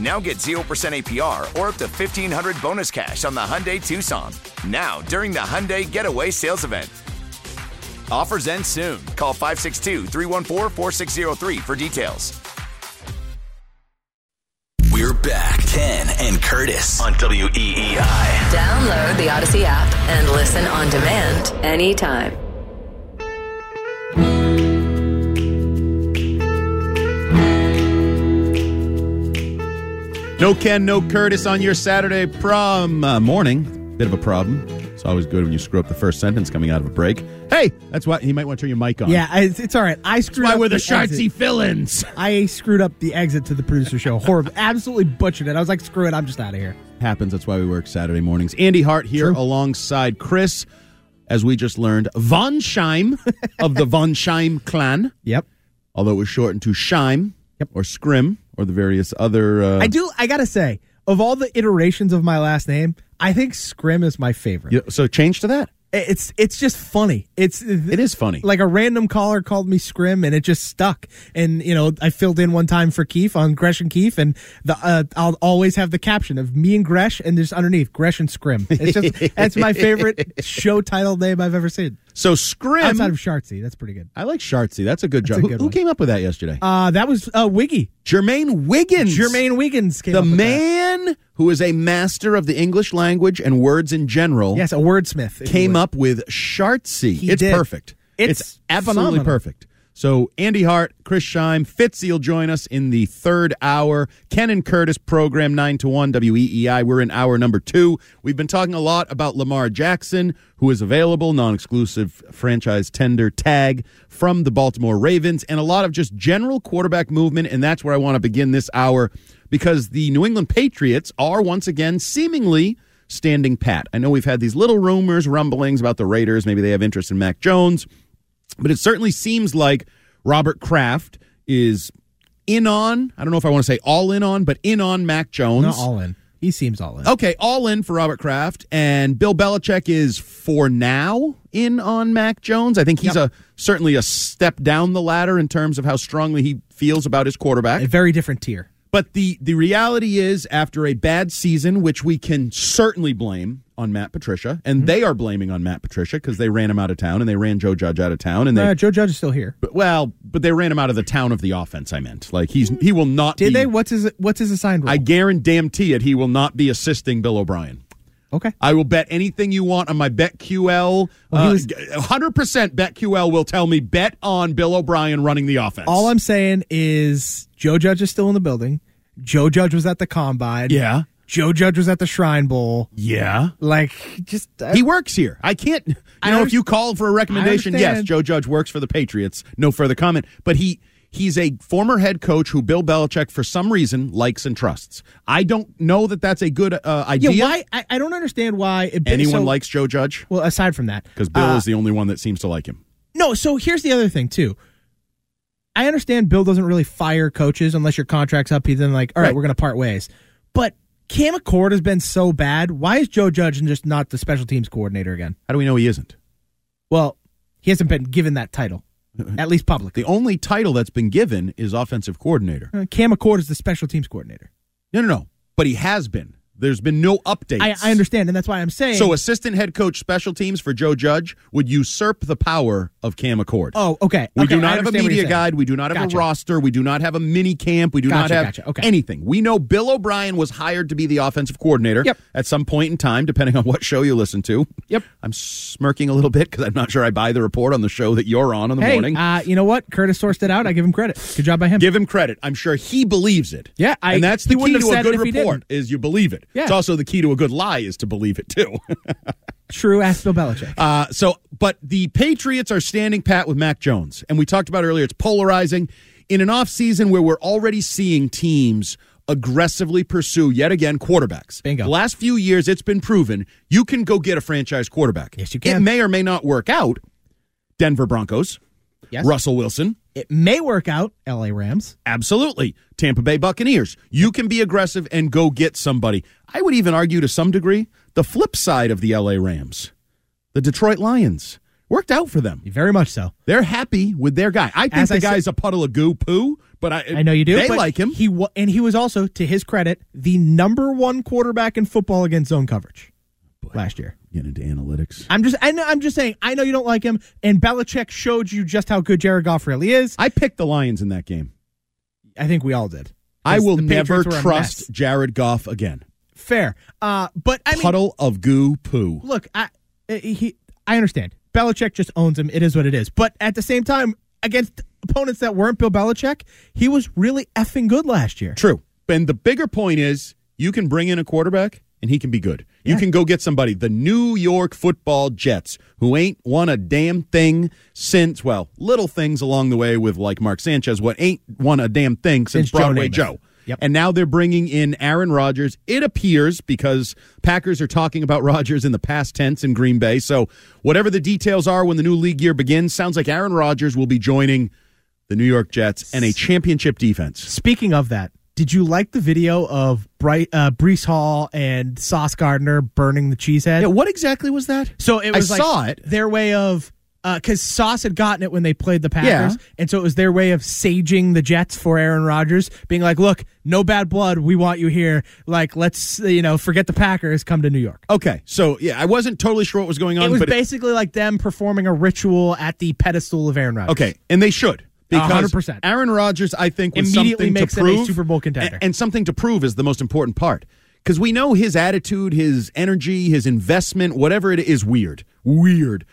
Now get 0% APR or up to 1500 bonus cash on the Hyundai Tucson. Now, during the Hyundai Getaway Sales Event. Offers end soon. Call 562 314 4603 for details. We're back. Ken and Curtis on E WEEI. Download the Odyssey app and listen on demand anytime. No Ken, no Curtis on your Saturday prom uh, morning. Bit of a problem. It's always good when you screw up the first sentence coming out of a break. Hey, that's why he might want to turn your mic on. Yeah, I- it's, it's all right. I screwed Why up were the exit. Shartsy fill-ins? I screwed up the exit to the producer show. Horrible. Absolutely butchered it. I was like, screw it. I'm just out of here. Happens. That's why we work Saturday mornings. Andy Hart here True. alongside Chris, as we just learned, Von Scheim of the Von Scheim clan, Yep. although it was shortened to Scheim Yep. or Scrim or the various other. Uh, I do. I gotta say, of all the iterations of my last name, I think Scrim is my favorite. Yeah, so change to that. It's it's just funny. It's It is funny. like a random caller called me Scrim, and it just stuck. And you know, I filled in one time for Keefe on Gresh and Keefe, and the uh, I'll always have the caption of me and Gresh, and there's underneath Gresh and Scrim. It's just that's my favorite show title name I've ever seen so Scrim. outside of Shartsy. That's pretty good. I like Shartsy. That's a good That's job. a good who, who one. came up with that yesterday? Uh, that was uh, Wiggy Jermaine Wiggins. Jermaine Wiggins came the up with that. man who is a master of the English language and words in general, Yes, a wordsmith if you came would. up with Shartsy. He it's did. perfect. It's absolutely phenomenal. perfect. So Andy Hart, Chris Scheim, Fitzy will join us in the third hour. Ken and Curtis program nine to one WEEI. We're in hour number two. We've been talking a lot about Lamar Jackson, who is available, non-exclusive franchise tender tag from the Baltimore Ravens, and a lot of just general quarterback movement. And that's where I want to begin this hour because the New England Patriots are once again seemingly standing pat. I know we've had these little rumors, rumblings about the Raiders. Maybe they have interest in Mac Jones, but it certainly seems like Robert Kraft is in on. I don't know if I want to say all in on, but in on Mac Jones. Not all in. He seems all in. Okay, all in for Robert Kraft, and Bill Belichick is for now in on Mac Jones. I think he's a certainly a step down the ladder in terms of how strongly he feels about his quarterback. A very different tier. But the the reality is, after a bad season, which we can certainly blame on Matt Patricia, and Mm-hmm. they are blaming on Matt Patricia because they ran him out of town and they ran Joe Judge out of town, and they Uh, Joe Judge is still here. but- well, but they ran him out of the town of the offense. I meant like he's he will not. Did be, they? What's his What's his assigned role? I guarantee it. He will not be assisting Bill O'Brien. okay. I will bet anything you want on my BetQL. Well, he uh, was- 100% BetQL will tell me bet on Bill O'Brien running the offense. All I'm saying is Joe Judge is still in the building. Joe Judge was at the combine. yeah, Joe Judge was at the Shrine Bowl. yeah. Like, just uh, I, He works here. I can't. You I know, under- if you call for a recommendation, I yes, understand. Joe Judge works for the Patriots. No further comment. But he he's a former head coach who Bill Belichick, for some reason, likes and trusts. I don't know that that's a good uh, yeah. idea. Why? I, I don't understand why it, anyone so- likes Joe Judge? Well, aside from that, Because Bill uh, is the only one that seems to like him. no. So here's the other thing too. I understand Bill doesn't really fire coaches unless your contract's up. He's then like, all right, Right. we're going to part ways. But Cam Accord has been so bad. Why is Joe Judge just not the special teams coordinator again? How do we know he isn't? Well, he hasn't been given that title. at least publicly. The only title that's been given is offensive coordinator. Uh, Cam Accord is the special teams coordinator. No, no, no. But he has been. There's been no updates. I, I understand, and that's why I'm saying. So, assistant head coach special teams for Joe Judge would usurp the power of Cam Accord. oh, okay. We okay, do I not have a understand what you're media saying. guide. We do not have Gotcha. a roster. We do not have a mini camp. We do not Gotcha, have gotcha, okay. anything. We know Bill O'Brien was hired to be the offensive coordinator Yep. at some point in time, depending on what show you listen to. Yep. I'm smirking a little bit because I'm not sure I buy the report on the show that you're on in the Hey, morning. uh, you know what? Curtis sourced it out. I give him credit. Good job by him. Give him credit. I'm sure he believes it. Yeah, I- and that's he the wouldn't key have to a said it good if he report is you believe it. Yeah. It's also the key to a good lie is to believe it too. True, ask Bill Belichick. Uh, so, but the Patriots are standing pat with Mac Jones. And we talked about earlier, it's polarizing in an offseason where we're already seeing teams aggressively pursue, yet again, quarterbacks. Bingo. The last few years, it's been proven you can go get a franchise quarterback. Yes, you It can. may or may not work out. Denver Broncos, yes, Russell Wilson, it may work out. L.A. Rams. absolutely. Tampa Bay Buccaneers. You can be aggressive and go get somebody. I would even argue to some degree the flip side of the LA Rams, the Detroit Lions. Worked out for them. Very much so. They're happy with their guy. I think As the I guy's a puddle of goo poo, but I, I know you do. They but like him. He wa- and he was also, to his credit, the number one quarterback in football against zone coverage last year. Get into analytics. I'm just, I know, I'm just saying. I know you don't like him, and Belichick showed you just how good Jared Goff really is. I picked the Lions in that game. I think we all did. I will The Patriots never were a trust mess. Jared Goff again. Fair, uh, but I mean, puddle of goo poo. look, I uh, he I understand. Belichick just owns him. It is what it is. But at the same time, against opponents that weren't Bill Belichick, he was really effing good last year. True. And the bigger point is you can bring in a quarterback and he can be good. You can go get somebody. The New York football Jets, who ain't won a damn thing since, well, little things along the way with like Mark Sanchez, what ain't won a damn thing since, Since Joe Broadway Namath. Joe. Yep. And now they're bringing in Aaron Rodgers. It appears because Packers are talking about Rodgers in the past tense in Green Bay. So, whatever the details are when the new league year begins, sounds like Aaron Rodgers will be joining the New York Jets and a championship defense. Speaking of that, did you like the video of Bright uh, Brees Hall and Sauce Gardner burning the cheesehead? Yeah, what exactly was that? so it I was like saw it. their way of because Sauce had gotten it when they played the Packers, Yeah. and so it was their way of saging the Jets for Aaron Rodgers, being like, "Look, no bad blood. We want you here. Like, let's you know, forget the Packers. Come to New York." Okay, so yeah, I wasn't totally sure what was going on, It was Um, but it- basically like them performing a ritual at the pedestal of Aaron Rodgers. okay, and they should because 100%. Aaron Rodgers, I think, was Immediately something makes to him a prove Super Bowl a- contender. and, something to prove is the most important part because we know his attitude, his energy, his investment, whatever it is, weird, weird.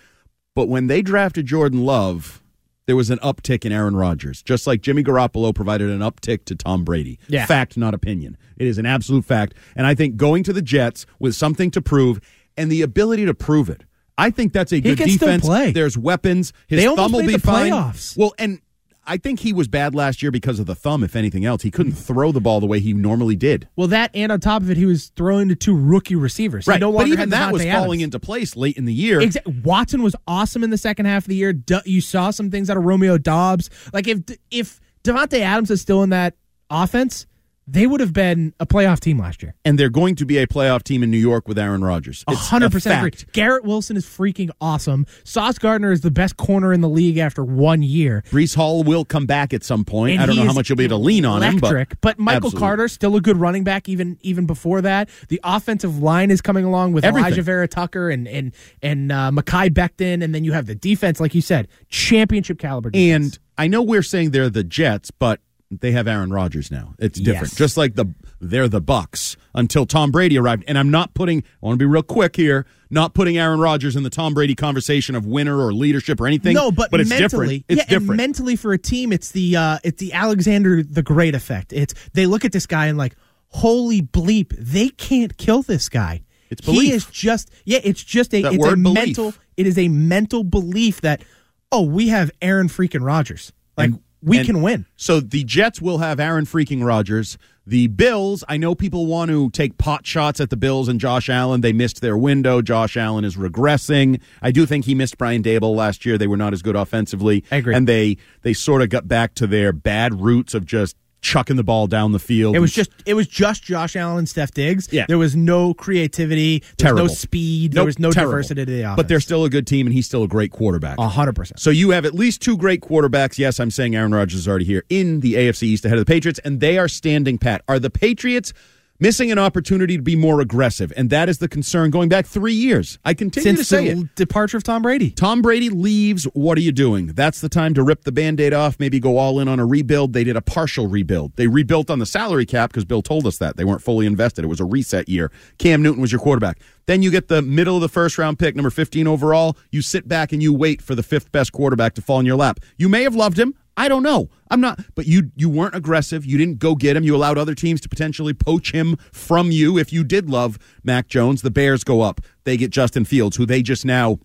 But when they drafted Jordan Love, there was an uptick in Aaron Rodgers, just like Jimmy Garoppolo provided an uptick to Tom Brady. Yeah. Fact, not opinion. It is an absolute fact. And I think going to the Jets with something to prove and the ability to prove it, I think that's a good can still defense. play. There's weapons. His They thumb almost will made be the fine. playoffs. Well, and I think he was bad last year because of the thumb, if anything else. He couldn't throw the ball the way he normally did. Well, that and on top of it, he was throwing to two rookie receivers. He no but longer even had that was Devontae falling Adams. into place late in the year. Exactly. Watson was awesome in the second half of the year. Du- you saw some things out of Romeo Dobbs. Like if if Devontae Adams is still in that offense, they would have been a playoff team last year. And they're going to be a playoff team in New York with Aaron Rodgers. A It's hundred percent agree. fact. Garrett Wilson is freaking awesome. Sauce Gardner is the best corner in the league after one year. Brees Hall will come back at some point. And I don't he know how is much you'll be able to lean on electric, him, but Michael Absolutely. Carter still a good running back even even before that. The offensive line is coming along with Everything. Elijah Vera Tucker and and and uh, Makai Becton, and then you have the defense, like you said, championship caliber. Defense. And I know we're saying they're the Jets, but they have Aaron Rodgers now. It's different. Yes. Just like the they're the Bucks until Tom Brady arrived. And I'm not putting I want to be real quick here, not putting Aaron Rodgers in the Tom Brady conversation of winner or leadership or anything. No, but, it's mentally, different. It's yeah, different. And mentally for a team, it's the uh, it's the Alexander the Great effect. It's they look at this guy and like, holy bleep, they can't kill this guy. It's he belief. is just yeah, it's just a That it's a word belief. mental it is a mental belief that oh we have Aaron freaking Rodgers like And- we and- can win. So the Jets will have Aaron freaking Rodgers. The Bills, I know people want to take pot shots at the Bills and Josh Allen. They missed their window. Josh Allen is regressing. I do think he missed Brian Dable last year. They were not as good offensively. I agree. And they they sort of got back to their bad roots of just chucking the ball down the field. It was and just it was just Josh Allen and Steph Diggs. Yeah. There was no creativity, there terrible. was no speed, there Nope, was no terrible. diversity to the offense. But they're still a good team, and he's still a great quarterback. a hundred percent. So you have at least two great quarterbacks. Yes, I'm saying Aaron Rodgers is already here in the AFC East ahead of the Patriots, and they are standing pat. Are the Patriots missing an opportunity to be more aggressive? And that is the concern going back three years. I continue to Since the say it. l- departure of Tom Brady. Tom Brady leaves. What are you doing? That's the time to rip the band aid off, maybe go all in on a rebuild. They did a partial rebuild. They rebuilt on the salary cap because Bill told us that. They weren't fully invested. It was a reset year. Cam Newton was your quarterback. Then you get the middle of the first round pick, number 15 overall. You sit back and you wait for the fifth best quarterback to fall in your lap. You may have loved him. I don't know. I'm not, but you you weren't aggressive. You didn't go get him. You allowed other teams to potentially poach him from you. If you did love Mac Jones, the Bears go up. They get Justin Fields, who they just now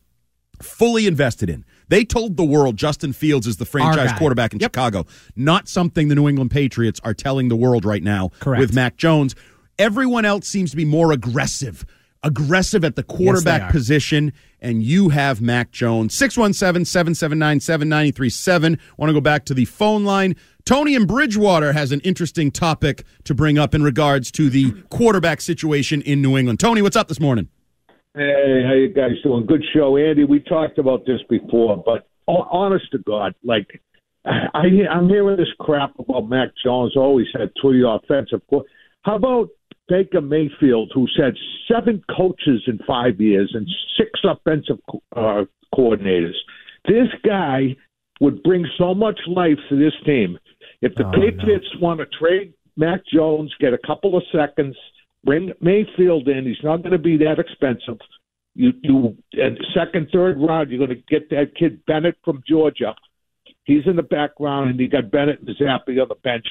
fully invested in. They told the world Justin Fields is the franchise guy. quarterback in Chicago, not something the New England Patriots are telling the world right now Correct. with Mac Jones. Everyone else seems to be more aggressive, aggressive at the quarterback are. position, and you have Mac Jones. 617 779 7937. Want to go back to the phone line. Tony in Bridgewater has an interesting topic to bring up in regards to the quarterback situation in New England. Tony, what's up this morning? Hey, how you guys doing? Good show, Andy. We talked about this before, but ho- honest to God, like I, I'm hearing this crap about Mac Jones. Always had three offensive. qu- How about Baker Mayfield, who's had seven coaches in five years and six offensive co- uh, coordinators? This guy would bring so much life to this team. If the Patriots want to trade Mac Jones, get a couple of seconds, bring Mayfield in. He's not going to be that expensive. You you and second, third round, you're going to get that kid Bennett from Georgia. He's in the background, and you got Bennett and Zappi on the bench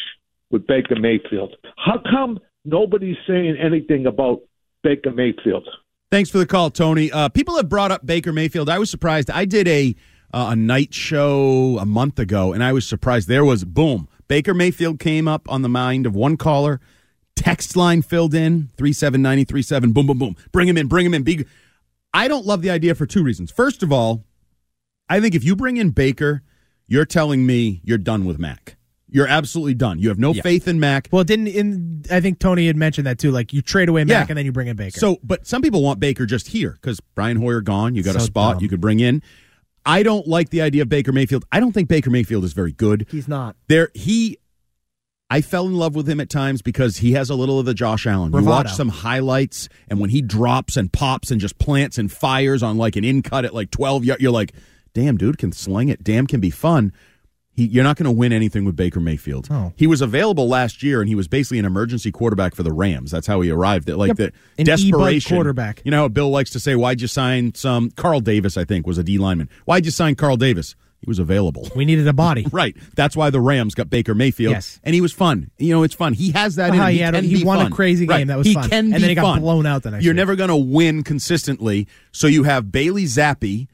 with Baker Mayfield. How come nobody's saying anything about Baker Mayfield? Thanks for the call, Tony. Uh, people have brought up Baker Mayfield. I was surprised. I did a uh, a night show a month ago, and I was surprised. There was boom. Baker Mayfield came up on the mind of one caller. Text line filled in three seven ninety three seven. Boom, boom, boom. Bring him in. Bring him in. Be. I don't love the idea for two reasons. First of all, I think if you bring in Baker, you're telling me you're done with Mac. You're absolutely done. You have no faith in Mac. Well, it didn't in I think Tony had mentioned that too. Like you trade away Mac Yeah. and then you bring in Baker. So, but some people want Baker just here because Brian Hoyer gone. You got a So spot dumb. you could bring in. I don't like the idea of Baker Mayfield. I don't think Baker Mayfield is very good. he's not. There, he, I fell in love with him at times because he has a little of the Josh Allen. You Bravado. watch some highlights, and when he drops and pops and just plants and fires on like an in cut at like twelve yard, you're like, damn, dude can sling it. Damn, can be fun. He, you're not going to win anything with Baker Mayfield. No. He was available last year, and he was basically an emergency quarterback for the Rams. That's how he arrived. At, like Yep. the An desperation E-bug quarterback. You know, how Bill likes to say, "Why'd you sign some Carl Davis?" I think was a D lineman. Why'd you sign Carl Davis? He was available. We needed a body. Right. That's why the Rams got Baker Mayfield. Yes. And he was fun. You know, it's fun. He has that in Uh-huh, him. He, he had- can he be won a fun. crazy game. Right. That was he fun. Can And be then he got fun. blown out the next You're week. never going to win consistently. So you have Bailey Zappi.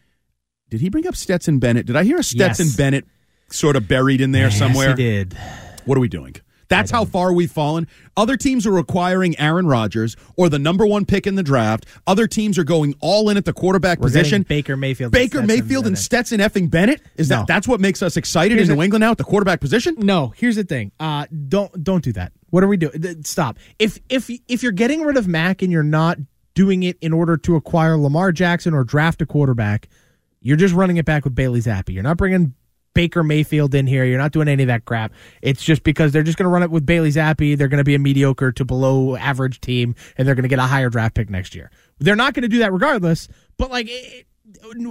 Did he bring up Stetson Bennett? Did I hear a Stetson Yes. Bennett sort of buried in there Yes, somewhere? he did. What are we doing? That's how far we've fallen. Other teams are requiring Aaron Rodgers or the number one pick in the draft. Other teams are going all in at the quarterback We're position. getting Baker Mayfield and Baker Stetson Mayfield and Bennett. Stetson effing Bennett. Is No. that that's what makes us excited Here's in the- New England now at the quarterback position? No, here's the thing. Uh, don't don't do that. What are we doing? Th- Stop. If if if you're getting rid of Mac and you're not doing it in order to acquire Lamar Jackson or draft a quarterback, you're just running it back with Bailey Zappi. You're not bringing Baker Mayfield in here. You're not doing any of that crap. It's just because they're just going to run it with Bailey Zappi. They're going to be a mediocre to below average team, and they're going to get a higher draft pick next year. They're not going to do that regardless. But like. It,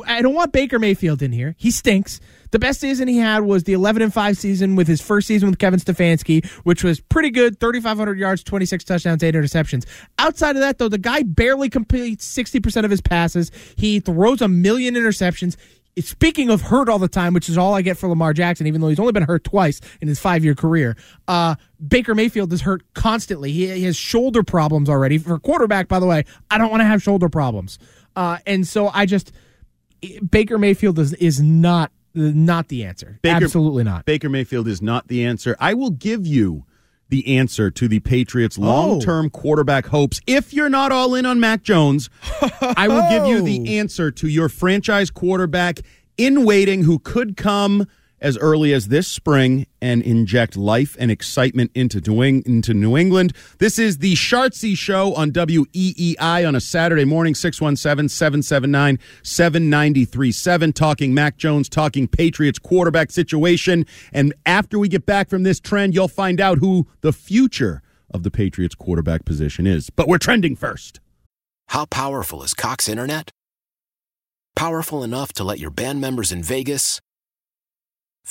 I don't want Baker Mayfield in here. He stinks. The best season he had was the 11 and 5 season with his first season with Kevin Stefanski, which was pretty good 3,500 yards, 26 touchdowns, 8 interceptions. Outside of that, though, the guy barely completes 60% of his passes. He throws a million interceptions. Speaking of hurt all the time, which is all I get for Lamar Jackson, even though he's only been hurt twice in his five year career, uh, Baker Mayfield is hurt constantly. He, he has shoulder problems already. For a quarterback, by the way, I don't want to have shoulder problems. Uh, and so I just. Baker Mayfield is is not not the answer. Baker- Absolutely not. Baker Mayfield is not the answer. I will give you the answer to the Patriots' long term quarterback hopes. If you're not all in on Mac Jones, I Oh. will give you the answer to your franchise quarterback in waiting who could come as early as this spring and inject life and excitement into New, Eng- into New England. This is the Shartsy Show on WEEI on a Saturday morning, 617 779 7937. Talking Mac Jones, talking Patriots quarterback situation. And after we get back from this trend, you'll find out who the future of the Patriots quarterback position is. But we're trending first. How powerful is Cox Internet? Powerful enough to let your band members in Vegas,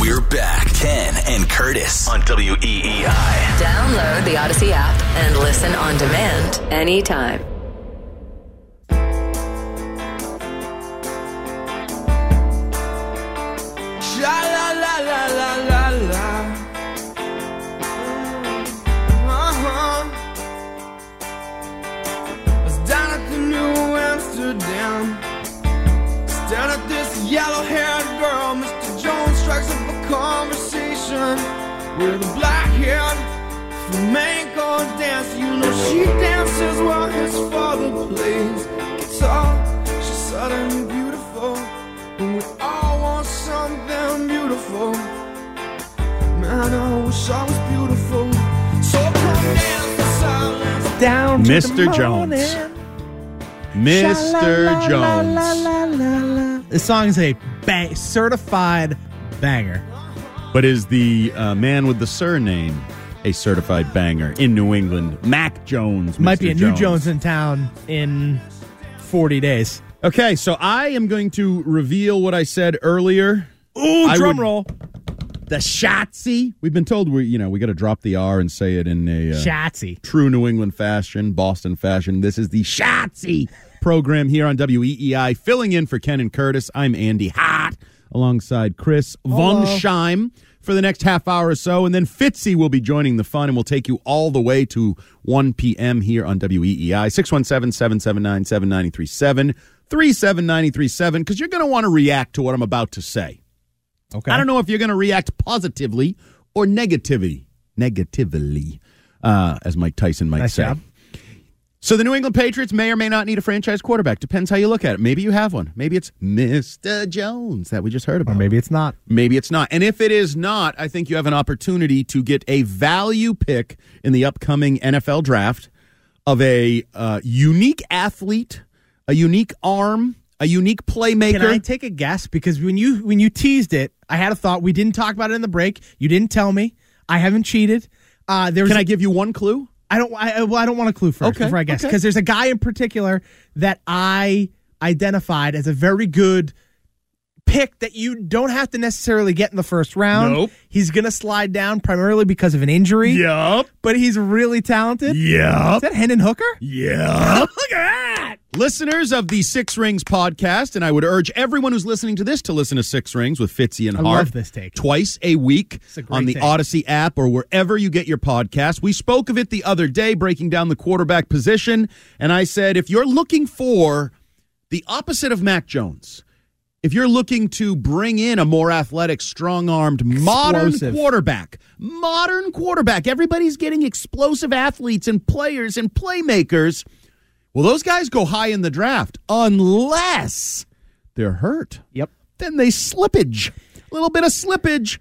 We're back. Ken and Curtis on E WEEI. Download the Odyssey app and listen on demand anytime. Sha la la la la la la. Uh-huh. I was down at the New Amsterdam. Stared at this yellow-haired girl. Mr. Jones strikes up a conversation with a black-haired flamenco dancer. You know she dances while his father plays guitar. She's sudden and beautiful. And we all want something beautiful. Man, I wish I was beautiful. So come in the silence. Down to the Mr. Jones. morning. Mr. Jones. Jones. This song is a bang, certified banger. But is the uh, man with the surname a certified banger in New England? Mac Jones. Might be Mr. a new Jones in town in 40 days. Okay, so I am going to reveal what I said earlier. Ooh, I drum would- roll. The Shotzi. We've been told we, you know, we got to drop the R and say it in a uh, Shatsy. true New England fashion, Boston fashion. This is the Shotzi program here on WEEI, filling in for Ken and Curtis. I'm Andy Hot alongside Chris Von Scheim for the next half hour or so. And then Fitzy will be joining the fun and will take you all the way to 1 p.m. here on E WEEI, 617 779 7937. 37937, because you're going to want to react to what I'm about to say. Okay. I don't know if you're going to react positively or negatively. Negatively, uh, as Mike Tyson might Nice say. job. So the New England Patriots may or may not need a franchise quarterback. Depends how you look at it. Maybe you have one. Maybe it's Mr. Jones that we just heard Or about. maybe it's not. Maybe it's not. And if it is not, I think you have an opportunity to get a value pick in the upcoming NFL draft of a uh, unique athlete, a unique arm, a unique playmaker. Can I take a guess? Because when you when you teased it, I had a thought. We didn't talk about it in the break. You didn't tell me. I haven't cheated. Uh, there was Can a- I give you one clue? I don't. I, I- well, I don't want a clue first Okay, before I guess okay. because there's a guy in particular that I identified as a very good pick that you don't have to necessarily get in the first round. Nope. He's going to slide down primarily because of an injury. Yup. But he's really talented. Yup. Is that Hendon Hooker? Yeah. Listeners of the Six Rings podcast, and I would urge everyone who's listening to this to listen to Six Rings with Fitzy and I Hart. love this take. Twice a week a great on the take. Odyssey app or wherever you get your podcast. We spoke of it the other day, breaking down the quarterback position, and I said if you're looking for the opposite of Mac Jones, if you're looking to bring in a more athletic, strong armed, modern Explosive. quarterback, modern quarterback, everybody's getting explosive athletes and players and playmakers. Well, those guys go high in the draft unless they're hurt. Yep. Then they slippage. A little bit of slippage.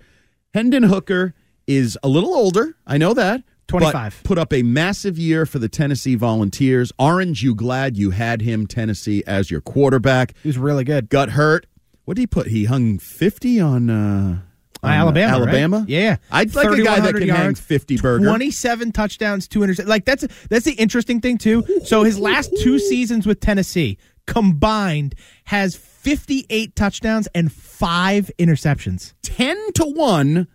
Hendon Hooker is a little older. I know that. but 25. Put up a massive year for the Tennessee Volunteers. Orange, you glad you had him, Tennessee, as your quarterback. He was really good. Got hurt. What did he put? He hung 50 on, uh, on, uh, Alabama, right? Alabama? Yeah. I'd like a guy that 3,100 can hang yards, 50 burger. 27 touchdowns, two interceptions. Like that's that's the interesting thing too. So his last two seasons with Tennessee combined has 58 touchdowns and 5 interceptions. 10 to 1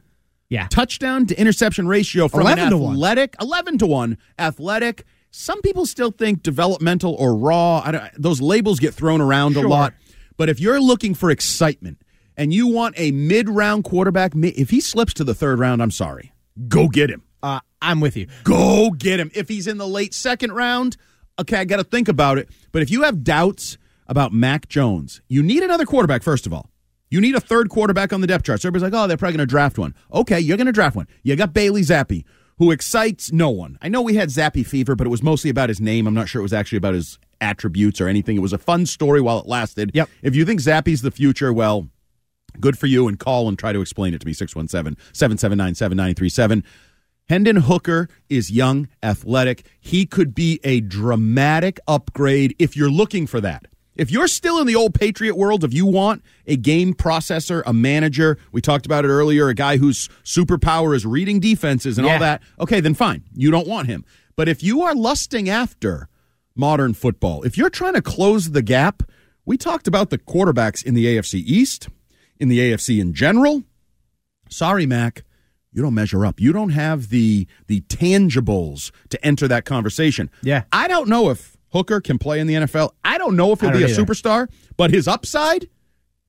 yeah. touchdown to interception ratio from 11 an Ah. to 1. athletic 11 to 1 athletic some people still think developmental or raw I don't, those labels get thrown around a Sure. lot but if you're looking for excitement and you want a mid-round quarterback mi- if he slips to the third round i'm sorry go get him Uh, I'm with you. go get him if he's in the late second round okay i gotta think about it but if you have doubts about mac jones you need another quarterback first of all you need a third quarterback on the depth chart. So everybody's like, oh, they're probably going to draft one. Okay, you're going to draft one. You got Bailey Zappi, who excites no one. I know we had Zappi fever, but it was mostly about his name. I'm not sure it was actually about his attributes or anything. It was a fun story while it lasted. Yep. If you think Zappi's the future, well, good for you and call and try to explain it to me 617 779 7937. Hendon Hooker is young, athletic. He could be a dramatic upgrade if you're looking for that. If you're still in the old Patriot world, if you want a game processor, a manager, we talked about it earlier, a guy whose superpower is reading defenses and all Yeah. that, okay, then fine. You don't want him. But if you are lusting after modern football, if you're trying to close the gap, we talked about the quarterbacks in the AFC East, in the AFC in general sorry mac you don't measure up you don't have the the tangibles to enter that conversation Yeah. i don't know if hooker can play in the nfl i don't know if he'll I don't be a either. superstar but his upside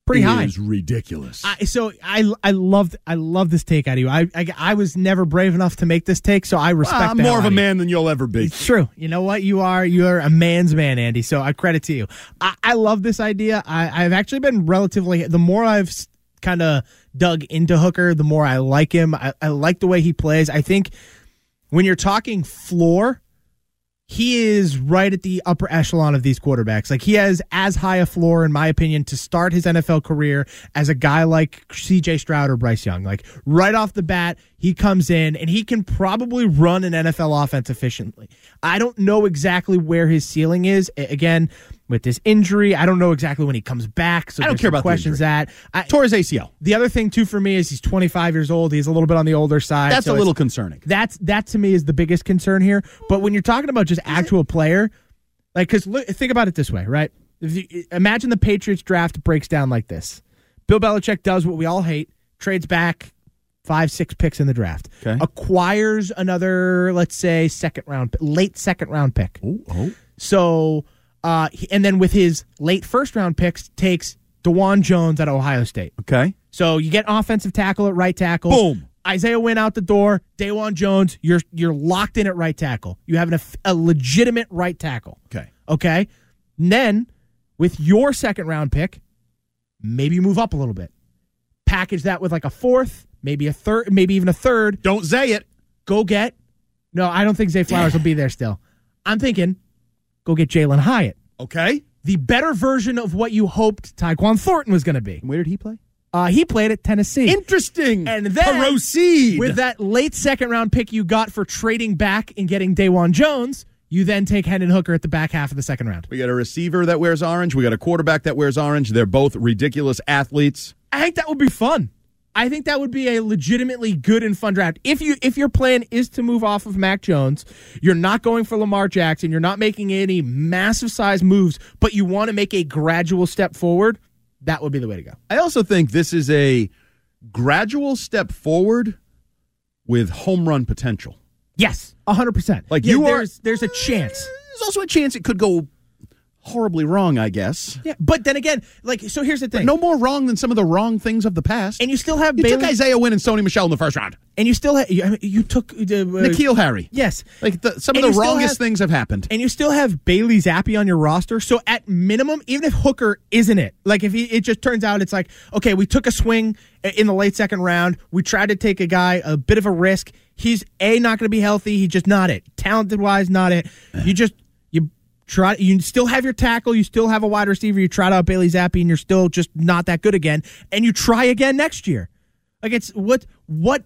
Pretty is high. ridiculous I, so I I loved I love this take out of you. I, I I was never brave enough to make this take, so I respect. Well, i'm the hell more of out a you. man than you'll ever be It's true. You know what? You are you are a man's man, Andy. So I credit to you. I, I love this idea. I, I've actually been relatively. The more I've kind of dug into Hooker, the more I like him. I, I like the way he plays. I think when you're talking floor, he is right at the upper echelon of these quarterbacks. Like he has as high a floor, in my opinion, to start his NFL career as a guy like C.J. Stroud or Bryce Young. Like right off the bat, he comes in and he can probably run an NFL offense efficiently. I don't know exactly where his ceiling is. A- Again, with this injury, I don't know exactly when he comes back. So I don't there's care some about the questions injury. that I, torres acl the other thing too for me is he's 25 years old. He's a little bit on the older side. that's so a it's- little concerning That's that to me is the biggest concern here. But when you're talking about just actual player, like because think about it this way, right? If you, imagine the Patriots draft breaks down like this. Bill Belichick does what we all hate: trades back five, six picks in the draft, Okay. acquires another, let's say, second round, late second round pick. oh. So, uh, he- and then with his late first round picks, takes Dewan Jones out of Ohio State. okay So you get offensive tackle at right tackle. Boom. Isaiah Wynn out the door. Daywan Jones, you're you're locked in at right tackle. You have an, a legitimate right tackle. okay Okay. And then with your second round pick, maybe you move up a little bit. Package that with like a fourth, maybe a third, maybe even a third. don't say it Go get. No, I don't think Zay Flowers will be there still. I'm thinking, go get Jalen Hyatt, okay the better version of what you hoped Tyquan Thornton was going to be. where did he play Uh, he played at Tennessee. interesting And then Mm. proceed with that late second round pick you got for trading back and getting Daywan Jones, you then take Hendon Hooker at the back half of the second round. we got a receiver that wears orange we got a quarterback that wears orange they're both ridiculous athletes I think that would be fun. I think that would be a legitimately good and fun draft. If you if your plan is to move off of Mac Jones, you're not going for Lamar Jackson, you're not making any massive size moves, but you want to make a gradual step forward, that would be the way to go. I also think this is a gradual step forward with home run potential. Yes, 100%. Like Yeah, you are there's, there's a chance. There's also a chance it could go horribly wrong, I guess. Yeah, but then again, like so here's the thing. no more wrong than some of the wrong things of the past. And you still have You took Bailey- Isaiah Wynn and Sony Michelle in the first round. And you still have you, I mean, you took uh, Nikhil Harry. Yes, like the, Some of the wrongest things have happened. And you still have Bailey Zappi on your roster. So at minimum, even if Hooker isn't it, like if he, it just turns out it's like, okay, we took a swing i- in the late second round. We tried to take a guy a bit of a risk. He's a not going to be healthy. He's just not it. Talented wise, not it. You just you try. You still have your tackle. You still have a wide receiver. You tried out Bailey Zappi, and you're still just not that good again. And you try again next year. Like it's what what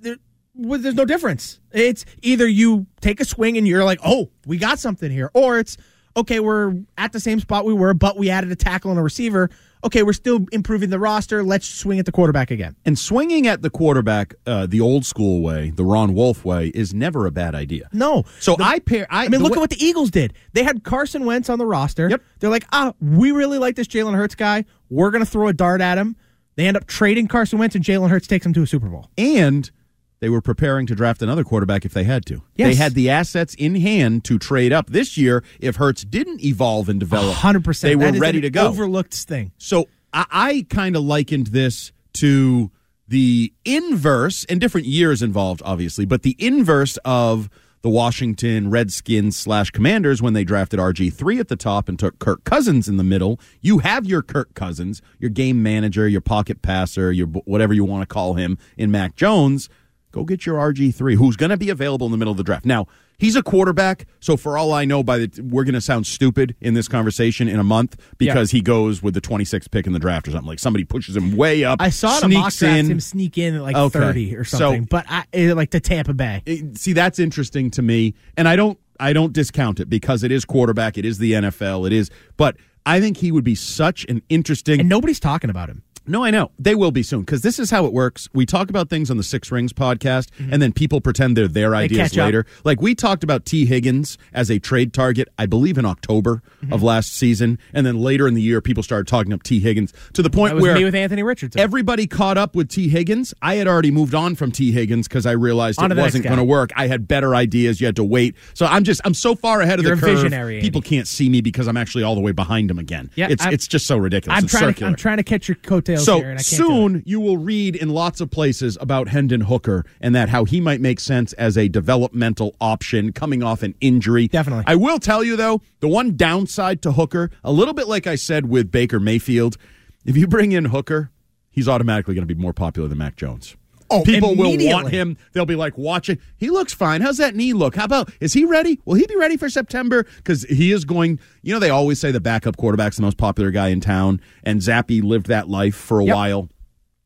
there, well, there's no difference. It's either you take a swing and you're like, oh, we got something here, or it's okay, we're at the same spot we were, but we added a tackle and a receiver. Okay, we're still improving the roster. Let's swing at the quarterback again. And swinging at the quarterback uh, the old school way, the Ron Wolf way, is never a bad idea. No. So I pair. I, mean, the look way- at what the Eagles did. They had Carson Wentz on the roster. Yep. They're like, ah, we really like this Jalen Hurts guy. We're going to throw a dart at him. They end up trading Carson Wentz, and Jalen Hurts takes him to a Super Bowl. And they were preparing to draft another quarterback if they had to. Yes. They had the assets in hand to trade up this year if Hertz didn't evolve and develop. 100%. They were That is ready an to go. Overlooked thing. So I, I kind of likened this to the inverse, and different years involved, obviously, but the inverse of the Washington Redskins slash Commanders when they drafted RG3 at the top and took Kirk Cousins in the middle. You have your Kirk Cousins, your game manager, your pocket passer, your b- whatever you want to call him in Mac Jones. Go get your RG3, who's going to be available in the middle of the draft. Now, he's a quarterback, so for all I know, by the we're going to sound stupid in this conversation in a month because he goes with the 26th pick in the draft or something. Like somebody pushes him way up. I saw it in a mock sneaks draft in. him sneak in at like Okay. 30 or So- something, but I, eh, like to Tampa Bay. It- see, that's interesting to me, and I don't I don't discount it because it is quarterback, it is the NFL, it is. But I think he would be such an interesting. And nobody's talking about him. No, I know they will be soon because this is how it works. We talk about things on the Six Rings podcast, and then people pretend they're their ideas Mm-hmm. catch up. later. Like we talked about T. Higgins as a trade target, I believe in October Mm-hmm. of last season, and then later in the year, people started talking up T. Higgins to the point That was where me with Anthony Richardson. Everybody caught up with T. Higgins. I had already moved on from T. Higgins because I realized On to it the next wasn't guy. going to work. I had better ideas. You had to wait. So I'm just I'm so far ahead of You're the a curve. visionary, Andy. People can't see me because I'm actually all the way behind him again. Yeah, it's I'm- it's just so ridiculous. I'm it's trying, to, circular. I'm trying to catch your coattails so here, and I can't do it. soon you will read in lots of places about Hendon Hooker and that how he might make sense as a developmental option coming off an injury. Definitely. I will tell you though, the one downside to Hooker, a little bit like I said with Baker Mayfield, if you bring in Hooker, he's automatically going to be more popular than Mac Jones. Oh, people will want immediately. him. They'll be like watching. He looks fine. How's that knee look? How about is he ready? Will he be ready for September? Because he is going. You know they always say the backup quarterback's the most popular guy in town, and Zappy lived that life for a Yep. while.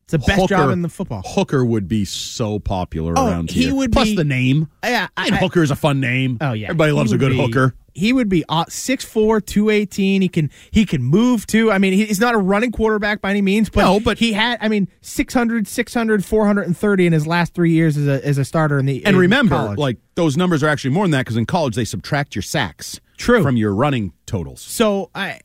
It's the best job in the football. Hooker would be so popular Oh, around he here. would Plus be- the name. Yeah, I- and I- Hooker is a fun name. Oh yeah, everybody He loves a would good be- Hooker. He would be uh, 6'4", 218. He can he can move too. I mean, he- he's not a running quarterback by any means, but no, but he had I mean 600, 600, 430 in his last three years as a as a starter in the And in remember, college. like those numbers are actually more than that because in college they subtract your sacks true from your running totals. So I,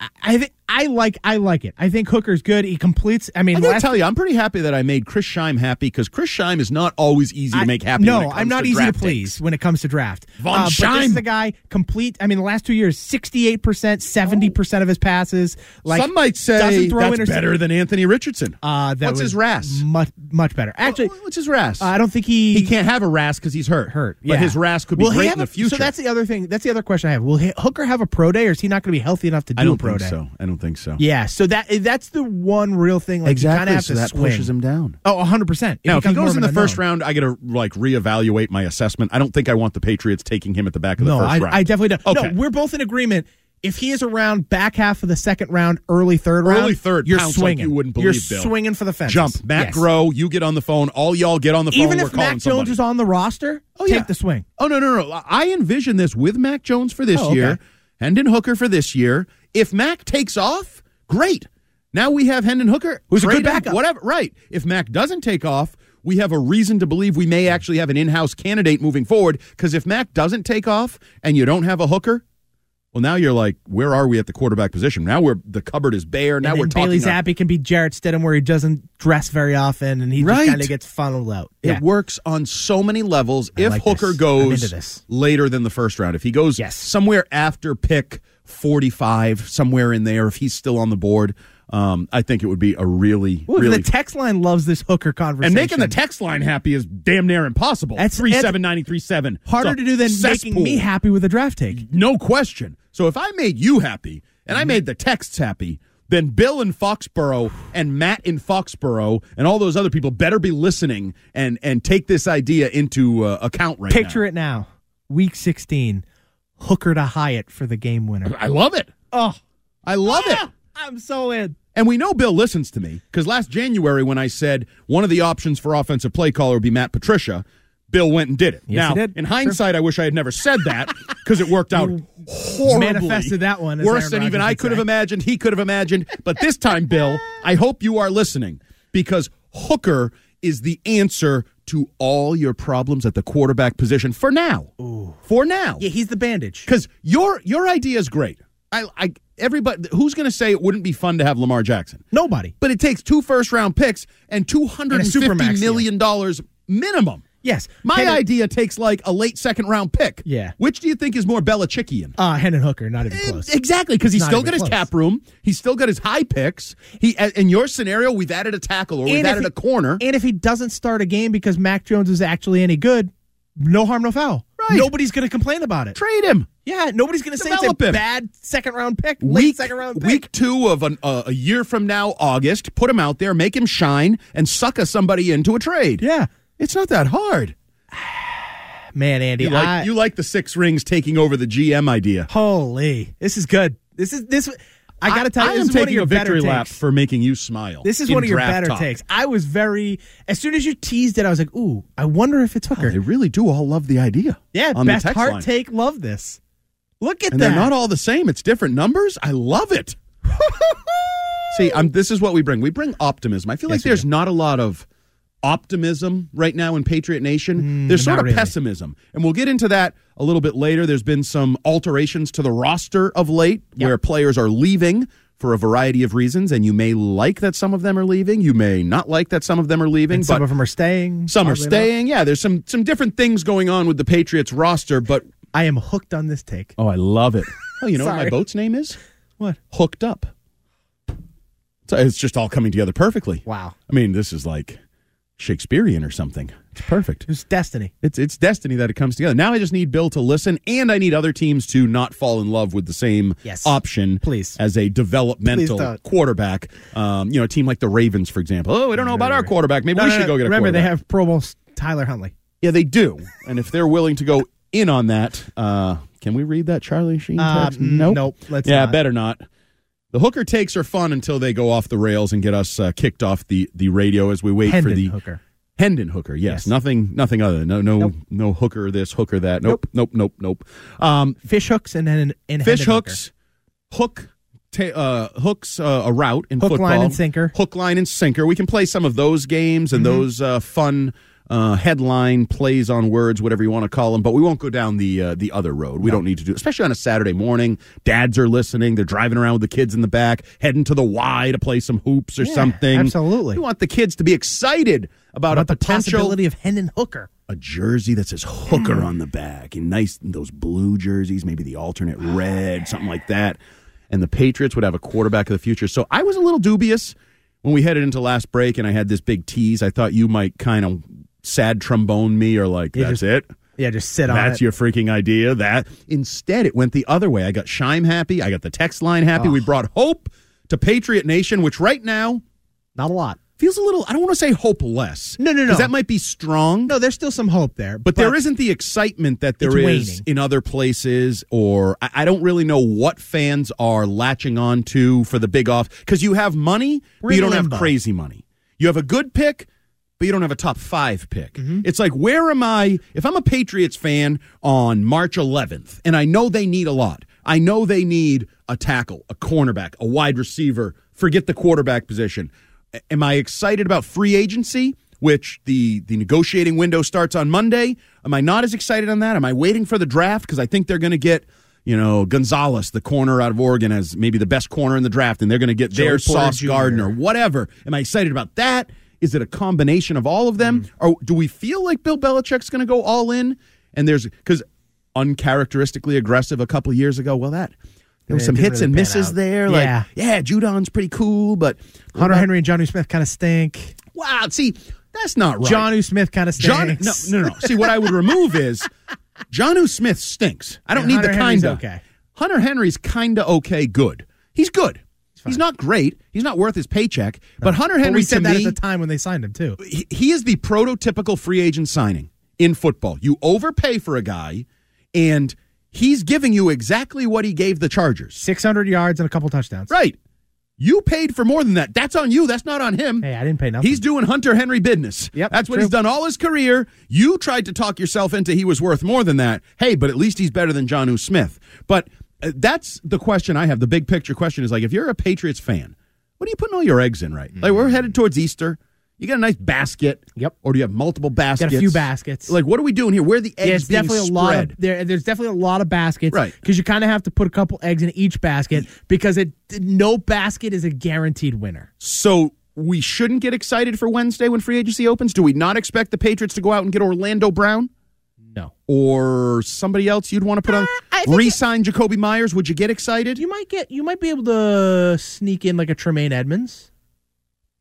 I, I think I like I like it. I think Hooker's good. He completes. I mean, I gotta last- tell you, I'm pretty happy that I made Chris Scheim happy because Chris Scheim is not always easy to make happy. No, when it comes I'm not to easy to draft please when it comes to draft. Uh, Von but this is Scheim. the guy complete. I mean, the last two years, 68 percent, 70 percent of his passes. Like Some might say doesn't throw that's intercept- better than Anthony Richardson. Uh, that What's was his RAS? Much much better. Actually, what's his RAS? Uh, I don't think he He can't have a RAS because he's hurt. Hurt, yeah. But his RAS could be Will he great have in the a- future. So that's the other thing. That's the other question I have. Will he, Hooker have a pro day, or is he not going to be healthy enough to do I don't a pro think day? so. I don't think so. Yeah, so that that's the one real thing. Like you kind exactly. of have So to that swing. pushes him down. Oh, 100 percent. now, if he goes in the first round, I got to like reevaluate my assessment. I don't think I want the Patriots taking him at the back of the no, first I, round. I definitely don't. Okay. No, we're both in agreement. If he is around back half of the second round, early third round, Early third, you're pounce like swinging. you wouldn't You're believe, Bill. swinging for the fence. Jump, Matt yes. Groh. You get on the phone. All y'all get on the phone. Even We're if calling Mac Jones somebody. is on the roster, Oh, take yeah. the swing. Oh no, no, no! I envision this with Mac Jones for this Oh, okay. year, Hendon Hooker for this year. If Mac takes off, great. Now we have Hendon Hooker, Who's a trade good him, backup. Whatever, right? If Mac doesn't take off, we have a reason to believe we may actually have an in-house candidate moving forward. Because if Mac doesn't take off and you don't have a Hooker, Well, now you're like, where are we at the quarterback position? Now we're the cupboard is bare. Now and we're then talking. Bailey our- Zappi can be Jarrett Stidham, where he doesn't dress very often, and he Right. just kind of gets funneled out. It works on so many levels. if like Hooker this. I'm into goes this. later than the first round, if he goes somewhere after pick 45, somewhere in there, if he's still on the board, um, I think it would be a really, Ooh, really. The text line loves this hooker and conversation. making the text line happy is damn near impossible. That's- three that's- seven ninety three seven. harder to do than making me happy with a draft take. No question. So if I made you happy and I made the texts happy, then Bill in Foxborough and Matt in Foxborough and all those other people better be listening and and take this idea into uh, account right Picture it now, week sixteen, Hooker to Hyatt for the game winner. now. I love it. Oh, I love it. I'm so in. And we know Bill listens to me because last January when I said one of the options for offensive play caller would be Matt Patricia, Bill went and did it. Yes, now, he did. in Sure. hindsight, I wish I had never said that because it worked out horribly. manifested that one, as worse Aaron than even Rodgers I would could have say. imagined. He could have imagined. But this time, Bill, I hope you are listening because Hooker is the answer to all your problems at the quarterback position for now. For now, yeah, he's the bandage. Because your your idea is great. I, I everybody who's going to say it wouldn't be fun to have Lamar Jackson? Nobody. But it takes two first round picks and two hundred and fifty Supermax deal. million dollars minimum. Yes, My Hendon- idea takes like a late second round pick. Yeah. Which do you think is more Belichickian? Uh, Hendon Hooker, not even close. Exactly, because he's Not still even got his close. cap room. He's still got his high picks. He a- in your scenario, we've added a tackle or we've And if added he- a corner. And if he doesn't start a game because Mac Jones is actually any good, no harm, no foul. Right. Nobody's going to complain about it. Trade him. Yeah, nobody's going to say it's a Develop him. bad second round pick, late Week, second round pick. week two of an, uh, a year from now, August, put him out there, make him shine, and sucker somebody into a trade. Yeah. It's not that hard. Man, Andy, You like, I- you like the six rings taking over the GM idea. holy, this is good. This is this. I got to tell you, I this am is one of taking your a victory better lap takes. for making you smile. This is in one of your draft better talk. takes. I was very as soon as you teased it, I was like, "Ooh, I wonder if it's Hooker." They really do all love the idea. yeah, on the best text heart line. take. Love this. Look at and that. they're not all the same. It's different numbers. I love it. See, I'm, this is what we bring. We bring optimism. I feel like there's not a lot of optimism right now in Patriot Nation. there's sort Hmm, not of really. pessimism, and we'll get into that a little bit later. There's been some alterations to the roster of late, where players are leaving for a variety of reasons, and you may like that some of them are leaving. You may not like that some of them are leaving. And some but of them are staying. some are oddly enough. staying. Yeah, there's some some different things going on with the Patriots roster, but I am hooked on this take. Oh, I love it. Oh, you know what my Sorry. boat's name is? What? Hooked up. So it's just all coming together perfectly. Wow. I mean, this is like Shakespearean or something. It's perfect. It's destiny. It's it's destiny that it comes together. Now I just need Bill to listen, and I need other teams to not fall in love with the same Yes. option, Please. as a Please developmental don't. quarterback. Um, you know, a team like the Ravens, for example. Oh, we don't know about our quarterback. Maybe No, we no, should no. go get a Remember, quarterback. they have Pro Bowl Tyler Huntley. Yeah, they do. And if they're willing to go in on that, uh, can we read that Charlie Sheen Uh, text? mm, Um, nope. nope, let's yeah, not. better not. The hooker takes are fun until they go off the rails and get us uh, kicked off the, the radio as we wait Hendon for the Hooker. Hendon hooker. Yes, Yes. nothing nothing other. No no no hooker this hooker that. Nope nope nope nope. Um, Fish hooks and then and fish Hendon hooks, hook. Ta- uh, hooks uh, a route in Hook, football. line, and sinker. Mm-hmm. Hook, line, and sinker. We can play some of those games and those uh, fun uh, headline plays on words, whatever you want to call them. But we won't go down the uh, the other road. We don't need to do, especially on a Saturday morning. Dads are listening. They're driving around with the kids in the back, heading to the Y to play some hoops or Yeah, something. absolutely. we want the kids to be excited about, About a the potential possibility of Hendon Hooker. a jersey that says Mm. hooker on the back and nice those blue jerseys, maybe the alternate Oh, red, something like that. And the Patriots would have a quarterback of the future. So I was a little dubious when we headed into last break and I had this big tease. I thought you might kind of sad trombone me or like, You that's just it. Yeah, just sit on That's it. your freaking idea. That instead it went the other way. I got Shime happy. I got the text line happy. We brought hope to Patriot Nation, which right now Not a lot. feels a little I don't want to say hopeless. No, no, no. 'cause that might be strong. No, there's still some hope there, But, there isn't the excitement that there It's is waning. in other places, or I, I don't really know what fans are latching on to for the big off. Because you have money, We're but you in don't have limbo. crazy money. You have a good pick, but you don't have a top five pick. Mm-hmm. It's like, where am I? If I'm a Patriots fan on March 11th, and I know they need a lot, I know they need a tackle, a cornerback, a wide receiver, forget the quarterback position. A- Am I excited about free agency? Which the the negotiating window starts on Monday. Am I not as excited on that? Am I waiting for the draft because I think they're going to get you know, Gonzalez, the corner out of Oregon, as maybe the best corner in the draft, and they're going to get Joey their Porter Sauce Jr.. Garden or whatever. Am I excited about that? Is it a combination of all of them? Mm. Or do we feel like Bill Belichick's going to go all in? And there's because uncharacteristically aggressive a couple years ago. Well, that there were Yeah, it some didn't hits really and pan misses out. there. Yeah. Like, yeah, Judon's pretty cool, but Hunter Henry and Johnny Smith kind of stink. Wow, see, that's not right. Johnny Smith kind of John, stinks. no, no, no. See, what I would remove is John U. Smith stinks. I Yeah, don't need Hunter the kind Henry's of. okay. Hunter Henry's kind of okay, good. He's good. He's, not great. He's not worth his paycheck. But Hunter But Henry we said to that me, at the time when they signed him too. he- he is the prototypical free agent signing in football. You overpay for a guy, and he's giving you exactly what he gave the Chargers. 600 yards and a couple touchdowns. Right. You paid for more than that. That's on you. That's not on him. Hey, I didn't pay nothing. He's doing Hunter Henry business. Yep, That's what true. he's done all his career. You tried to talk yourself into he was worth more than that. Hey, but at least he's better than John U. Smith. But uh, that's the question I have. The big picture question is like, if you're a Patriots fan, what are you putting all your eggs in right? Like, we're headed towards Easter. You got a nice basket. Yep. Or do you have multiple baskets? Got a few baskets. Like, what are we doing here? Where are the eggs Yeah, it's being definitely a spread? lot. Of, there, there's definitely a lot of baskets, Right. Because you kind of have to put a couple eggs in each basket because it no basket is a guaranteed winner. So we shouldn't get excited for Wednesday when free agency opens? Do we not expect the Patriots to go out and get Orlando Brown? No. Or somebody else you'd want to put Uh, on? Resign Jacoby Myers? Would you get excited? You might get. You might be able to sneak in like a Tremaine Edmonds.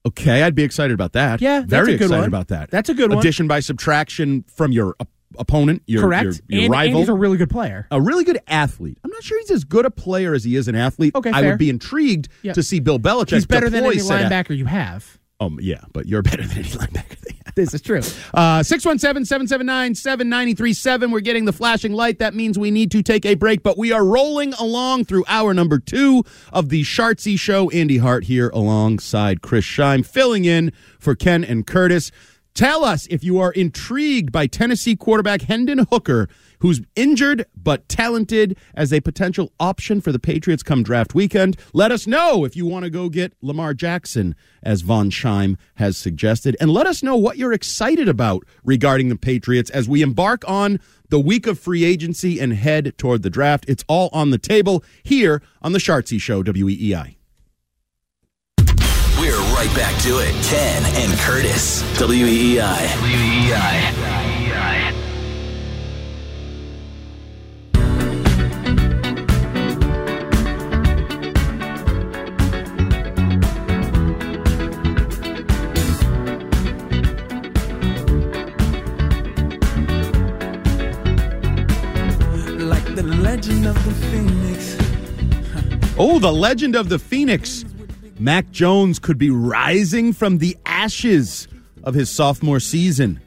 Okay, I'd be excited about that. Yeah, that's very a good excited one. about that. That's a good one. Addition by subtraction from your op- opponent, your Correct. your, your and, rival. and he's a really good player. a really good athlete. I'm not sure he's as good a player as he is an athlete. Okay, I fair. would be intrigued Yeah. to see Bill Belichick. He's better than deploy any said ath- linebacker you have. Um, yeah, but you're better than any linebacker. This is true. Uh, 617-779-7937. We're getting the flashing light. That means we need to take a break, but we are rolling along through hour number two of the Shartsy Show. Andy Hart here alongside Chris Scheim, filling in for Ken and Curtis. Tell us if you are intrigued by Tennessee quarterback Hendon Hooker, who's injured but talented as a potential option for the Patriots come draft weekend. Let us know if you want to go get Lamar Jackson, as Von Scheim has suggested. And let us know what you're excited about regarding the Patriots as we embark on the week of free agency and head toward the draft. It's all on the table here on The Shartsy Show, E WEEI. We're right back to it. Ken and Curtis. WEEI. WEEI. Like the legend of the phoenix. Oh, the legend of the Phoenix. Mac Jones could be rising from the ashes of his sophomore season.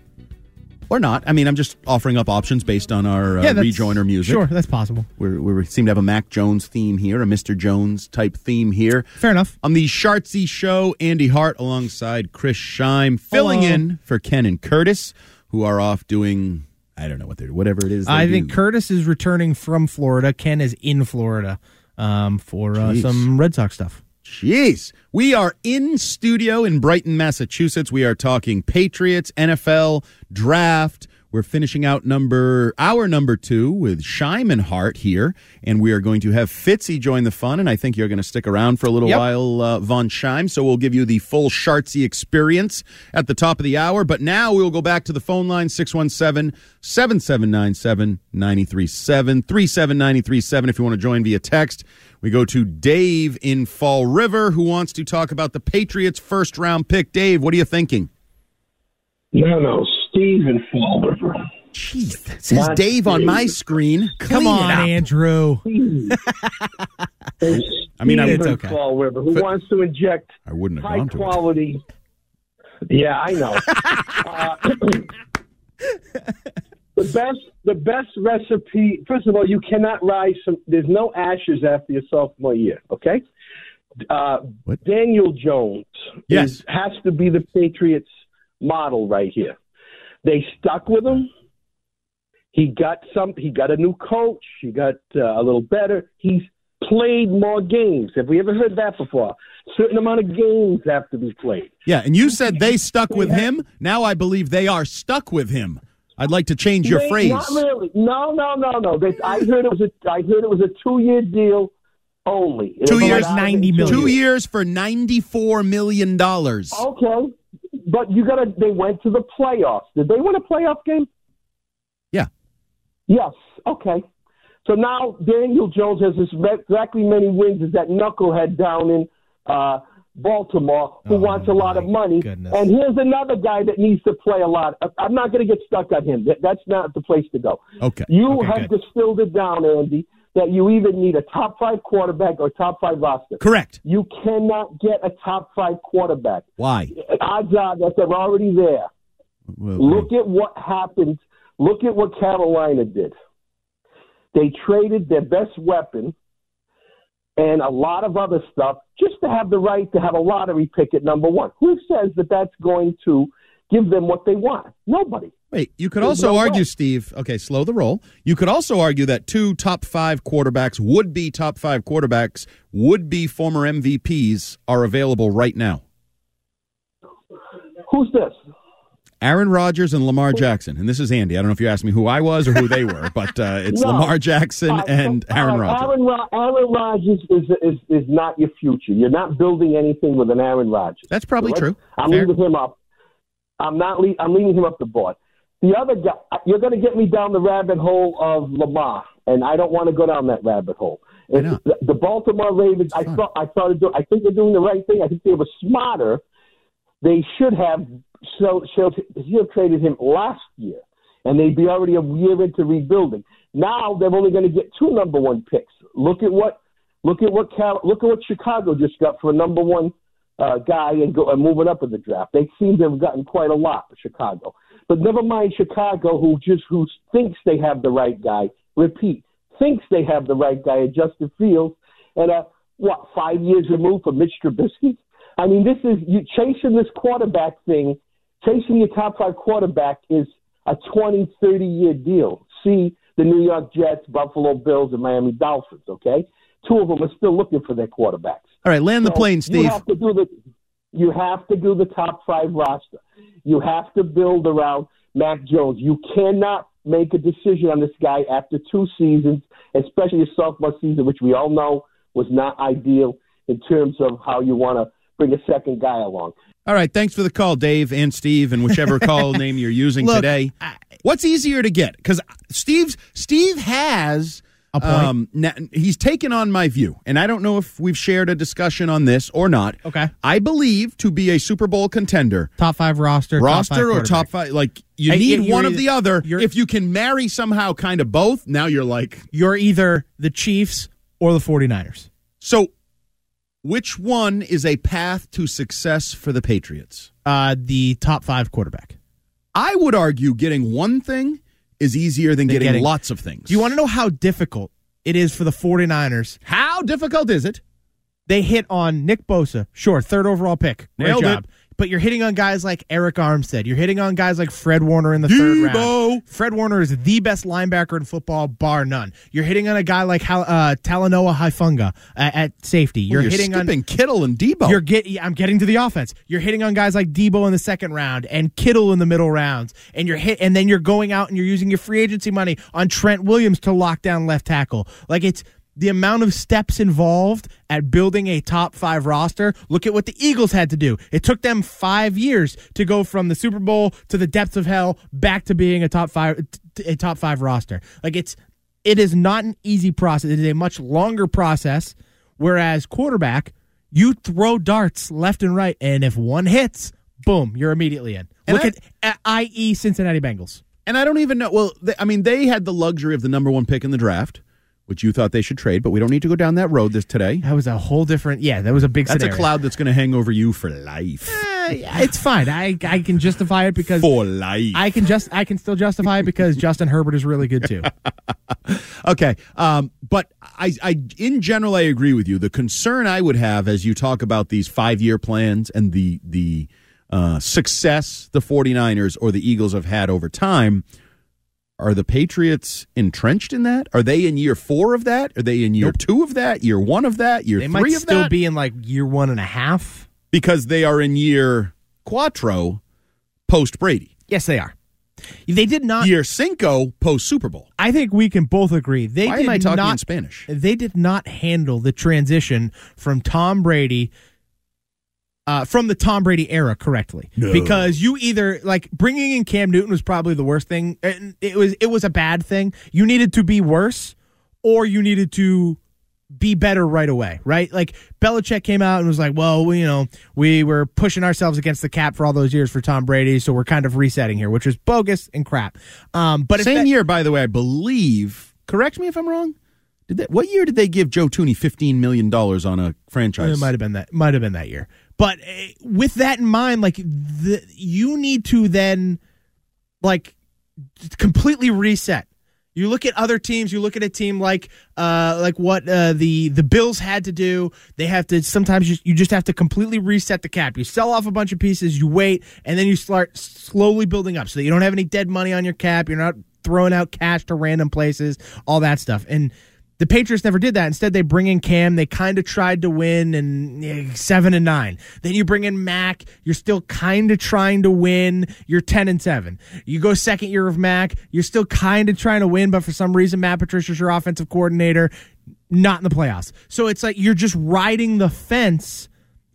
Or not. I mean, I'm just offering up options based on our uh, that's- rejoiner music. Sure, that's possible. We're, we seem to have a Mac Jones theme here, a Mr. Jones type theme here. Fair enough. On the Shartsy Show, Andy Hart alongside Chris Scheim, filling Hello. in for Ken and Curtis, who are off doing, I don't know what they're, whatever it is. they I do. think Curtis is returning from Florida. Ken is in Florida um, for uh, Jeez. some Red Sox stuff. Jeez. We are in studio in Brighton, Massachusetts. We are talking Patriots, NFL, draft. We're finishing out number hour number two with Shyman Hart here, and we are going to have Fitzy join the fun. And I think you're going to stick around for a little Yep. while, uh, Von Scheim. So we'll give you the full Shartsy experience at the top of the hour. But now we will go back to the phone line 617 7797 937 37937 if you want to join via text. We go to Dave in Fall River who wants to talk about the Patriots first round pick. Dave, what are you thinking? No, no, Steve and Fall River. Jeez, says Dave on my screen. Clean Come on, it up. Andrew. I mean, I Steve would- and okay. Fall River. Who wants to inject I wouldn't have high gone to it. quality? Yeah, I know. Uh, the best, the best recipe. First of all, you cannot rise. Some, there's no ashes after your sophomore year. Okay. Uh, Daniel Jones Yes. is, has to be the Patriots model right here. They stuck with him. He got some. He got a new coach. He got uh, a little better. He's played more games. Have we ever heard that before? Certain amount of games have to be played. Yeah, and you said they stuck with him. Now I believe they are stuck with him. I'd like to change your Wait, phrase. Not really. No, no, no, no. They, I heard it was a. I heard it was a two-year deal only. It Two was years, allowed in ninety million. years. Two years for ninety-four million dollars. Oh. Okay, but you got to. They went to the playoffs. Did they win a playoff game? Yeah. Yes. Okay. So now Daniel Jones has as exactly many wins as that knucklehead down in uh, Baltimore Oh who wants a lot of money. And here's another guy that needs to play a lot. I- I'm not going to get stuck on him. That, that's not the place to go. Okay. You Okay, have distilled it down, Andy, that you either need a top five quarterback or top five roster. Correct. You cannot get a top five quarterback. Why? Odds are that they're already there. Look at what happened. Look at what Carolina did. They traded their best weapon and a lot of other stuff just to have the right to have a lottery pick at number one. Who says that that's going to give them what they want? Nobody. Wait, you could There's also no argue, way. Steve. Okay, slow the roll. You could also argue that two top five quarterbacks, would be top five quarterbacks, would be former MVPs, are available right now. Who's this? Aaron Rodgers and Lamar Jackson. And this is Andy. I don't know if you asked me who I was or who they were, but uh, it's No. Lamar Jackson All right, and all Aaron right, Rodgers. Uh, Aaron, Rod- Aaron Rodgers is, is is not your future. You're not building anything with an Aaron Rodgers. That's probably Correct? true. I'm Fair. leaving him up. I'm not. Le- I'm leaving him up the board. The other guy, you're going to get me down the rabbit hole of Lamar, and I don't want to go down that rabbit hole. It's- The, the Baltimore Ravens. I thought. I thought. Do- I think they're doing the right thing. I think they were smarter. They should have. So, so should have traded him last year and they'd be already a year into rebuilding. Now they're only going to get two number one picks. Look at what look at what Cal- look at what Chicago just got for a number one uh, guy and go and moving up in the draft. They seem to have gotten quite a lot for Chicago. But never mind Chicago, who just who thinks they have the right guy. Repeat, thinks they have the right guy at Justin Fields, and uh, what five years removed from Mitch Trubisky. I mean, this is you chasing this quarterback thing chasing your top five quarterback is a 20, 30 year deal. See the New York Jets, Buffalo Bills, and Miami Dolphins, okay? Two of them are still looking for their quarterbacks. All right, land the So plane, You Steve. have to do the you have to do the top five roster. You have to build around Mac Jones. You cannot make a decision on this guy after two seasons, especially his sophomore season, which we all know was not ideal in terms of how you want to bring a second guy along. All right, thanks for the call, Dave and Steve, and whichever call name you're using Look, today. What's easier to get? Because Steve's Steve has a point. na- he's taken on my view, and I don't know if we've shared a discussion on this or not. Okay. I believe to be a Super Bowl contender, Top five roster, roster top five or top quarterback. five, like you Hey, need you're one of either- the other. If you can marry somehow, kind of both, now you're like You're either the Chiefs or the 49ers. so. Which one is a path to success for the Patriots? Uh, the top five quarterback. I would argue getting one thing is easier than Than getting, getting- lots of things. Do you want to know how difficult it is for the 49ers? How difficult is it? They hit on Nick Bosa, sure, third overall pick. Great Nailed it. job. But you're hitting on guys like Eric Armstead. You're hitting on guys like Fred Warner in the third round. Fred Warner is the best linebacker in football, bar none. You're hitting on a guy like Hal- uh, Talanoa Haifunga uh, at safety. Well, You're, you're hitting skipping on Kittle and Debo. You're get, yeah, I'm getting to the offense. You're hitting on guys like Debo in the second round and Kittle in the middle rounds, and you're hit, and then you're going out and you're using your free agency money on Trent Williams to lock down left tackle. Like it's the amount of steps involved at building a top five roster. Look at what the Eagles had to do. It took them five years to go from the Super Bowl to the depths of hell back to being a top five a top five roster. Like it's it is not an easy process. It is a much longer process. Whereas quarterback, you throw darts left and right, and if one hits, boom, you're immediately in. And Look I- at, at i.e. Cincinnati Bengals. And I don't even know. Well, they, I mean, they had the luxury of the number one pick in the draft, which you thought they should trade, but we don't need to go down that road this today. That was a whole different. Yeah, that was a big. That's scenario. Uh, a cloud that's going to hang over you for life. It's fine. I I can justify it because for life. I can just I can still justify it because Justin Herbert is really good too. Okay, um, but I, I, in general, I agree with you. The concern I would have as you talk about these five-year plans and the the uh, success the 49ers or the Eagles have had over time, are the Patriots entrenched in that? Are they in year four of that? Are they in year two of that? Year one of that? Year They three might of still that? be in like year one and a half. because they are in year quattro post Brady. Yes, they are. They did not. Year Cinco post Super Bowl. I think we can both agree. They Why did am I talking not, in Spanish? They did not handle the transition from Tom Brady. Uh, from the Tom Brady era correctly, No. because you either like bringing in Cam Newton was probably the worst thing. and It was it was a bad thing. You needed to be worse, or you needed to be better right away, right? Like Belichick came out and was like, "Well, we, you know, we were pushing ourselves against the cap for all those years for Tom Brady, so we're kind of resetting here," which is bogus and crap. Um, but if Same that- year, by the way, I believe. Correct me if I'm wrong. Did that? What year did they give Joe Tooney fifteen million dollars on a franchise? It might have been that. Might have been that year. But eh, with that in mind, like the, you need to then like completely reset. You look at other teams. You look at a team like uh, like what uh, the the Bills had to do. They have to sometimes you, you just have to completely reset the cap. You sell off a bunch of pieces. You wait, and then you start slowly building up so that you don't have any dead money on your cap. You're not throwing out cash to random places. All that stuff. And the Patriots never did that. Instead, they bring in Cam. They kind of tried to win and eh, seven and nine. Then you bring in Mac. You're still kind of trying to win. You're ten and seven. You go second year of Mac. You're still kind of trying to win, but for some reason, Matt Patricia's your offensive coordinator. Not in the playoffs. So it's like you're just riding the fence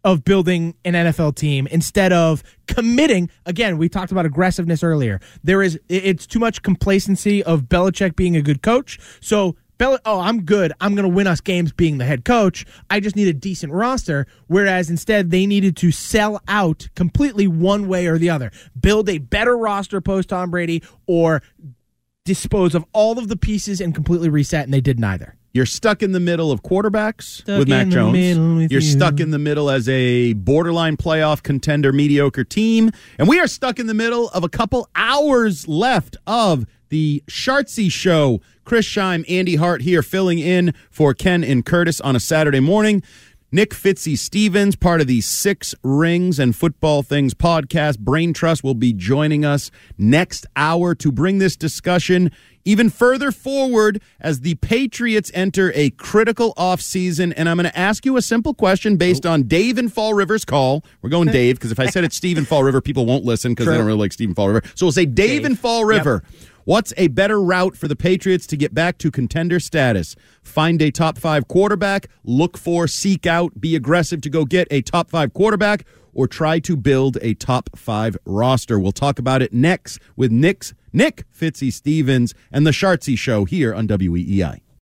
of building an NFL team instead of committing. Again, we talked about aggressiveness earlier. There is i- it's too much complacency of Belichick being a good coach. So Bel- oh, I'm good. I'm going to win us games being the head coach. I just need a decent roster. Whereas instead, they needed to sell out completely one way or the other. Build a better roster post Tom Brady or dispose of all of the pieces and completely reset, and they did neither. You're stuck in the middle of quarterbacks Stuck with Mac in the Jones. middle with You're you. stuck in the middle as a borderline playoff contender, mediocre team. And we are stuck in the middle of a couple hours left of the Shartsy Show. Chris Scheim, Andy Hart here filling in for Ken and Curtis on a Saturday morning. Nick Fitzy Stevens, part of the Six Rings and Football Things podcast, Brain Trust will be joining us next hour to bring this discussion even further forward as the Patriots enter a critical offseason. And I'm going to ask you a simple question based on Dave and Fall River's call. We're going Dave because if I said it's Steve and Fall River, people won't listen because they True. don't really like Steve and Fall River. So we'll say Dave, Dave. and Fall River. What's a better route for the Patriots to get back to contender status? Find a top five quarterback, look for, seek out, be aggressive to go get a top five quarterback, or try to build a top five roster. We'll talk about it next with Nick's Nick Fitzy Stevens and the Shartsy Show here on E WEEI.